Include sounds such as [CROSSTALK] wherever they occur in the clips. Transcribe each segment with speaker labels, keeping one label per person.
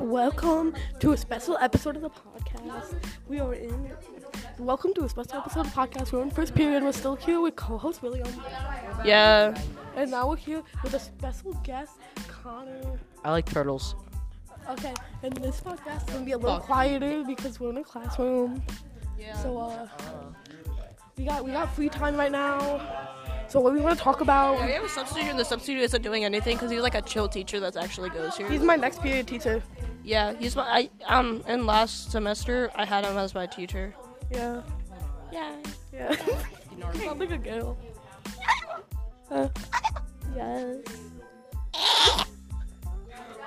Speaker 1: Welcome to a special episode of the podcast. We are in. Welcome to a special episode of the podcast. We're in first period. We're still here with co-host William,
Speaker 2: Yeah.
Speaker 1: and now we're here with a special guest, Connor.
Speaker 3: I like turtles.
Speaker 1: Okay, and this podcast is gonna be a little quieter because we're in a classroom. So uh, we got we got free time right now. So what we want to talk
Speaker 2: We
Speaker 1: about?
Speaker 2: have a substitute, and the substitute isn't doing anything because he's like a chill teacher that actually goes here.
Speaker 1: He's my next period teacher.
Speaker 2: yeah, he's my. I um. In last semester, I had him as my teacher.
Speaker 1: Yeah,
Speaker 2: Yeah. [LAUGHS]
Speaker 1: yeah. Sounds like a girl. Uh, yes.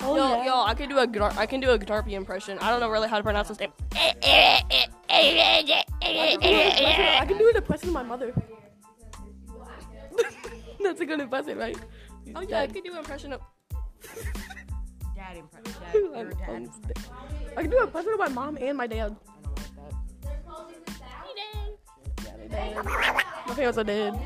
Speaker 1: Oh
Speaker 2: yo,
Speaker 1: yeah.
Speaker 2: yo, I can do a Gnar- I can do a Gnarpy impression. I don't know really how to pronounce his name.
Speaker 1: I can do an impression of my mother. [LAUGHS] That's a good impression, right?
Speaker 2: Oh yeah, I can do an impression of.
Speaker 1: [LAUGHS]
Speaker 3: Dad impression.
Speaker 1: I can do an impression of my mom and my dad. My parents are dead.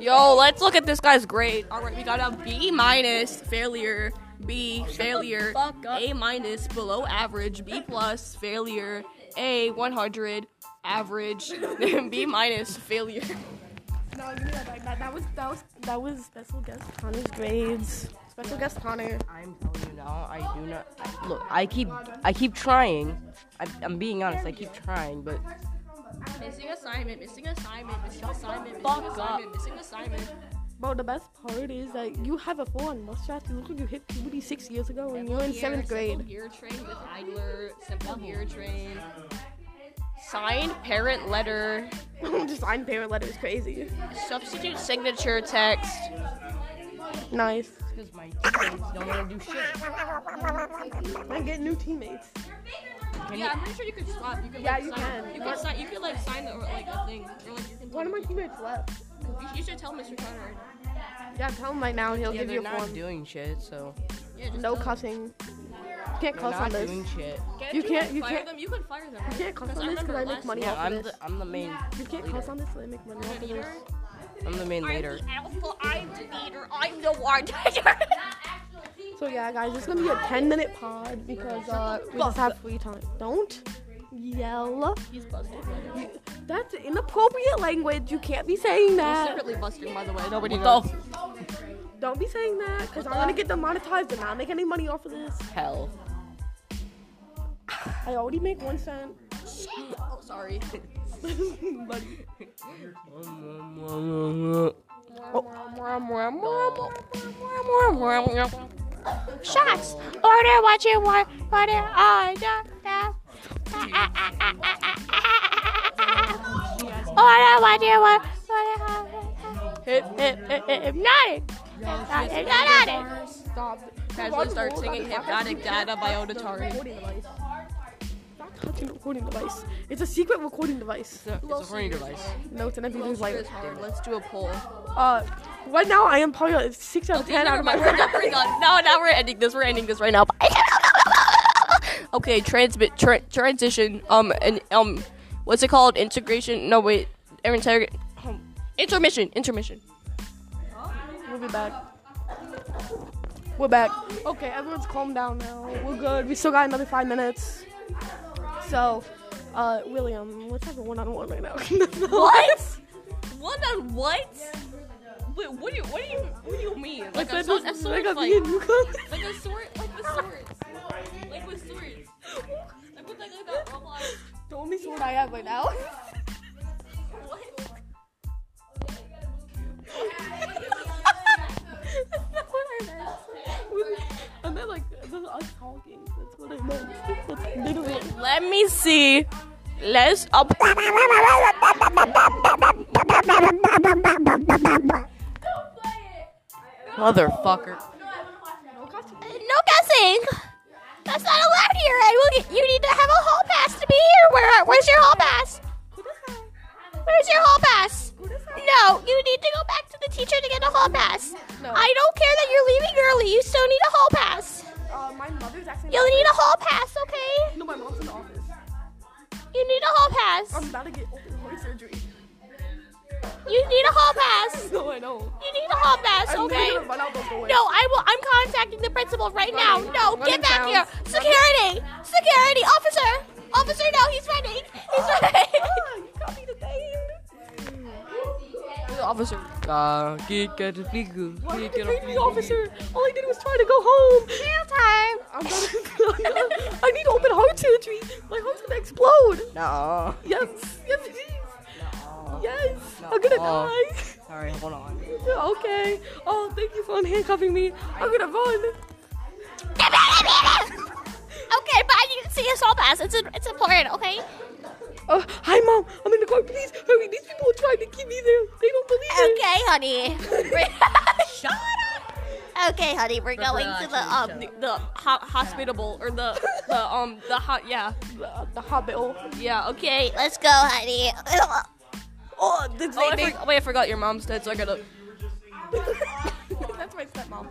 Speaker 2: Yo, let's look at this guy's grade. All right, we got a B minus, failure. B failure. A minus, below average. B plus, failure. A 100, average. [LAUGHS] B minus, failure.
Speaker 1: No, give me that back. That, that was that was that was special guest Connor's grades. Special guest Connor.
Speaker 3: I'm telling you now, I do not. I- look, I keep, I keep trying. I'm, I'm being honest. I keep trying, but
Speaker 2: Missing assignment. Missing assignment. Missing assignment. Missing assignment. Missing assignment.
Speaker 1: Bro, the best part is that you have a full on mustache. You look like you hit puberty six years ago, and you're in seventh grade.
Speaker 2: Gear train with Idler. Simple gear train. Signed parent letter.
Speaker 1: [LAUGHS] Just sign parent letter is crazy.
Speaker 2: Substitute signature text.
Speaker 1: Nice.
Speaker 3: because my teammates don't want to do shit.
Speaker 1: I get new teammates.
Speaker 2: Yeah, I'm pretty sure you could swap. You could,
Speaker 1: Yeah,
Speaker 2: like,
Speaker 1: you
Speaker 2: sign,
Speaker 1: can.
Speaker 2: You could sign. You could like sign the, or, like a thing. Or, like, you, can
Speaker 1: One of my
Speaker 2: tell-
Speaker 1: teammates left.
Speaker 2: you, you should tell Mr. Connor.
Speaker 1: Yeah, tell him right now, and he'll
Speaker 3: Yeah,
Speaker 1: give you
Speaker 3: they're
Speaker 1: a
Speaker 3: not
Speaker 1: form.
Speaker 3: doing shit. So
Speaker 2: Yeah, just
Speaker 1: No
Speaker 2: tell him.
Speaker 1: cussing. Can't
Speaker 3: they're
Speaker 1: cuss on
Speaker 3: not
Speaker 1: this.
Speaker 3: doing shit.
Speaker 2: Can't
Speaker 1: You
Speaker 2: you
Speaker 1: can't-
Speaker 2: like,
Speaker 1: you
Speaker 2: fire
Speaker 1: can't-
Speaker 2: them. You could fire them.
Speaker 1: You can't cuss
Speaker 2: Because
Speaker 1: on
Speaker 2: I
Speaker 1: this because I
Speaker 2: remember
Speaker 1: make
Speaker 2: last
Speaker 1: money
Speaker 3: Yeah,
Speaker 1: off
Speaker 3: I'm
Speaker 1: of
Speaker 3: the,
Speaker 1: this.
Speaker 3: I'm the main.
Speaker 1: You can't
Speaker 3: leader.
Speaker 1: cuss on this. I make money off of this.
Speaker 3: I'm the main leader.
Speaker 1: So yeah, guys, it's gonna be a 10 minute pod because uh, we just have free time. Don't yell.
Speaker 2: [LAUGHS] He's busted.
Speaker 1: You- That's inappropriate language. You can't be saying that.
Speaker 2: Secretly busted, by the way. Nobody
Speaker 3: What
Speaker 2: knows.
Speaker 3: the
Speaker 1: Don't be saying that because I'm gonna get demonetized and not make any money off of this.
Speaker 3: hell?
Speaker 1: I already make one cent.
Speaker 2: Oh, sorry.
Speaker 1: But-
Speaker 4: Shots. Order what you want. Order order. da- Order what you want. Order order.
Speaker 2: Hip, hip, hip, hip,
Speaker 4: Hypnotic. Hypnotic. Hypnotic.
Speaker 1: Stop.
Speaker 2: Casually start singing Hypnotic Data by Odatari.
Speaker 1: Recording device. Stop touching the recording device. It's a secret recording device.
Speaker 3: It's a, it's a phone device.
Speaker 1: No, it's an everything's like.
Speaker 2: Let's do a poll.
Speaker 1: Uh, right now I am probably a six out of ten out
Speaker 2: Never
Speaker 1: of my.
Speaker 2: mind. [LAUGHS]
Speaker 1: [LAUGHS]
Speaker 2: We're not, we're not- no, now we're ending this. We're ending this right now. okay, transmit tra- transition. Um, and um, what's it called? Integration? No, wait. Inter- um, intermission. Intermission.
Speaker 1: We'll be back. We're back. Okay, everyone's calmed down now. We're good. We still got another five minutes. So, uh, William, let's have a one-on-one right now. [LAUGHS] what?
Speaker 2: One on what? Wait, what do you what do you what do you mean? Like a,
Speaker 1: That
Speaker 2: sword,
Speaker 1: just,
Speaker 2: a
Speaker 1: like
Speaker 2: sword
Speaker 1: a
Speaker 2: fight?
Speaker 1: me and you
Speaker 2: Like a sword? Like with swords? Like with swords? Like with like, like a Roblox?
Speaker 1: The only sword I have right now.
Speaker 2: What?
Speaker 1: That's not what I meant. I meant like just us talking. That's what I meant. That's literally.
Speaker 2: Let me see. Let's up.
Speaker 3: Motherfucker.
Speaker 4: No guessing. That's not allowed here. I will get, you need to have a hall pass to be here. Where, where's your hall pass? Where's your hall pass? No, you need to go back to the teacher to get a hall pass. I don't care that you're leaving early. You still need a hall pass.
Speaker 1: Uh, my mother's actually.
Speaker 4: You'll need a hall pass, okay?
Speaker 1: No, my mom's in the office.
Speaker 4: You need a hall pass.
Speaker 1: I'm about to get open heart surgery.
Speaker 4: You need a hall [LAUGHS] pass.
Speaker 1: No, I don't.
Speaker 4: You need a hall pass,
Speaker 1: I'm
Speaker 4: okay?
Speaker 1: gonna run out those doors.
Speaker 4: No, I will. I'm contacting the principal right now.
Speaker 1: Running.
Speaker 4: No,
Speaker 1: Running
Speaker 4: get back
Speaker 1: sounds.
Speaker 4: here. Security, security, officer, officer. No, he's running. He's running.
Speaker 2: Officer.
Speaker 3: Uh, get get a figure.
Speaker 1: Why did you take me, officer? All I did was try to go home.
Speaker 4: Jail time.
Speaker 1: I'm [LAUGHS] not, I need open heart surgery. My heart's gonna explode.
Speaker 3: No.
Speaker 1: Yes, yes, it is. Yes, I'm gonna
Speaker 3: No.
Speaker 1: die. [LAUGHS]
Speaker 3: Sorry, hold on.
Speaker 1: Okay. Oh, thank you for handcuffing me. I'm gonna run.
Speaker 4: [LAUGHS] Get back here. Okay, but I need to see his hall pass. It's it's important, okay?
Speaker 1: Uh, hi, mom. I'm in the car. Please hurry. These people are trying to keep me there. They don't believe it.
Speaker 4: Okay, honey. [LAUGHS] Shut up. Okay, honey, we're going to the um
Speaker 2: The, the ho- hospitable or the the um the hot yeah
Speaker 1: The, the hobbit. Oh,
Speaker 2: yeah okay.
Speaker 4: Let's go, honey. [LAUGHS]
Speaker 2: Oh, I
Speaker 1: they-
Speaker 2: for- wait, I forgot your mom's dead, so I gotta.
Speaker 1: [LAUGHS] that's my stepmom.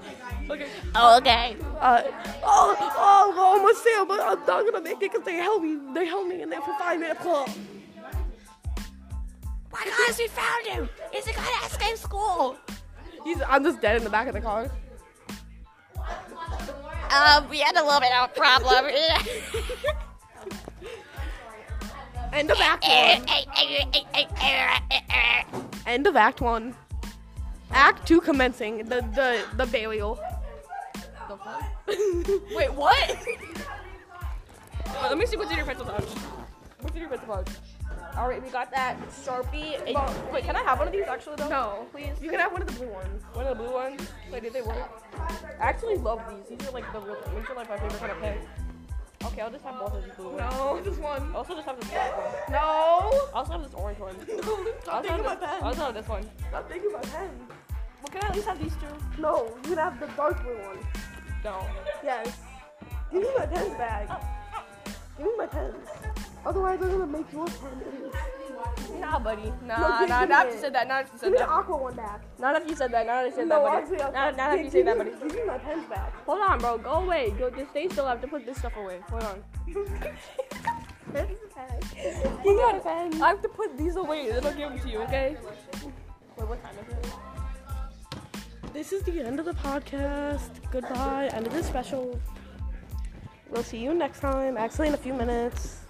Speaker 1: Okay.
Speaker 4: Oh, okay.
Speaker 1: Uh, oh, oh, I'm almost there, but I'm not gonna make it because they held me. They held me in there for five minutes. Paul.
Speaker 4: My gosh, we found him. He's the guy that escaped school.
Speaker 1: He's. I'm just dead in the back of the car.
Speaker 4: Um, we had a little bit of a problem.
Speaker 1: End of act one. End of act one. Act two commencing. The the the burial.
Speaker 2: Wait, what? Wait, let me see what's in your pencil pouch. What's in your pencil pouch? All right, we got that sharpie. And, wait, can I have one of these actually though?
Speaker 1: No, please. You can have one of the blue ones.
Speaker 2: One of the blue ones. Wait, did they work? I actually love these. These are like the real. These are like my favorite kind of pen. Okay, I'll just have both of these blue ones.
Speaker 1: No, just one.
Speaker 2: I also just have this black one.
Speaker 1: No.
Speaker 2: I also have this orange one. I
Speaker 1: Stop
Speaker 2: also, have
Speaker 1: taking my
Speaker 2: this, I
Speaker 1: pen.
Speaker 2: also have this one.
Speaker 1: Stop taking my pen.
Speaker 2: Well, can I at least have these two?
Speaker 1: No, you can have the dark blue one.
Speaker 2: Don't.
Speaker 1: Yes. Give me my pens bag. Give me my pens. Otherwise, I'm gonna make yours permanent.
Speaker 2: Nah, buddy.
Speaker 1: No,
Speaker 2: Nah,
Speaker 1: give-
Speaker 2: nah.
Speaker 1: give
Speaker 2: Not
Speaker 1: me
Speaker 2: if you
Speaker 1: it.
Speaker 2: said that. Not if you
Speaker 1: Give
Speaker 2: said
Speaker 1: me the
Speaker 2: [LAUGHS] that.
Speaker 1: aqua one back.
Speaker 2: Not if you said that. Not if you said
Speaker 1: No,
Speaker 2: that,
Speaker 1: actually,
Speaker 2: buddy.
Speaker 1: I'll-
Speaker 2: Not, not if
Speaker 1: give-
Speaker 2: you [LAUGHS] said that,
Speaker 1: give me-
Speaker 2: buddy.
Speaker 1: Give me my pens [LAUGHS] back.
Speaker 2: Hold on, bro. Go away. Go. Just stay still. I have to put this stuff away. Hold on.
Speaker 1: Give me my pens.
Speaker 2: I have to put these away. Then I'll give them to you. Okay. Wait, what time is it?
Speaker 1: This is the end of the podcast. Goodbye. End of this special. We'll see you next time. Actually, in a few minutes.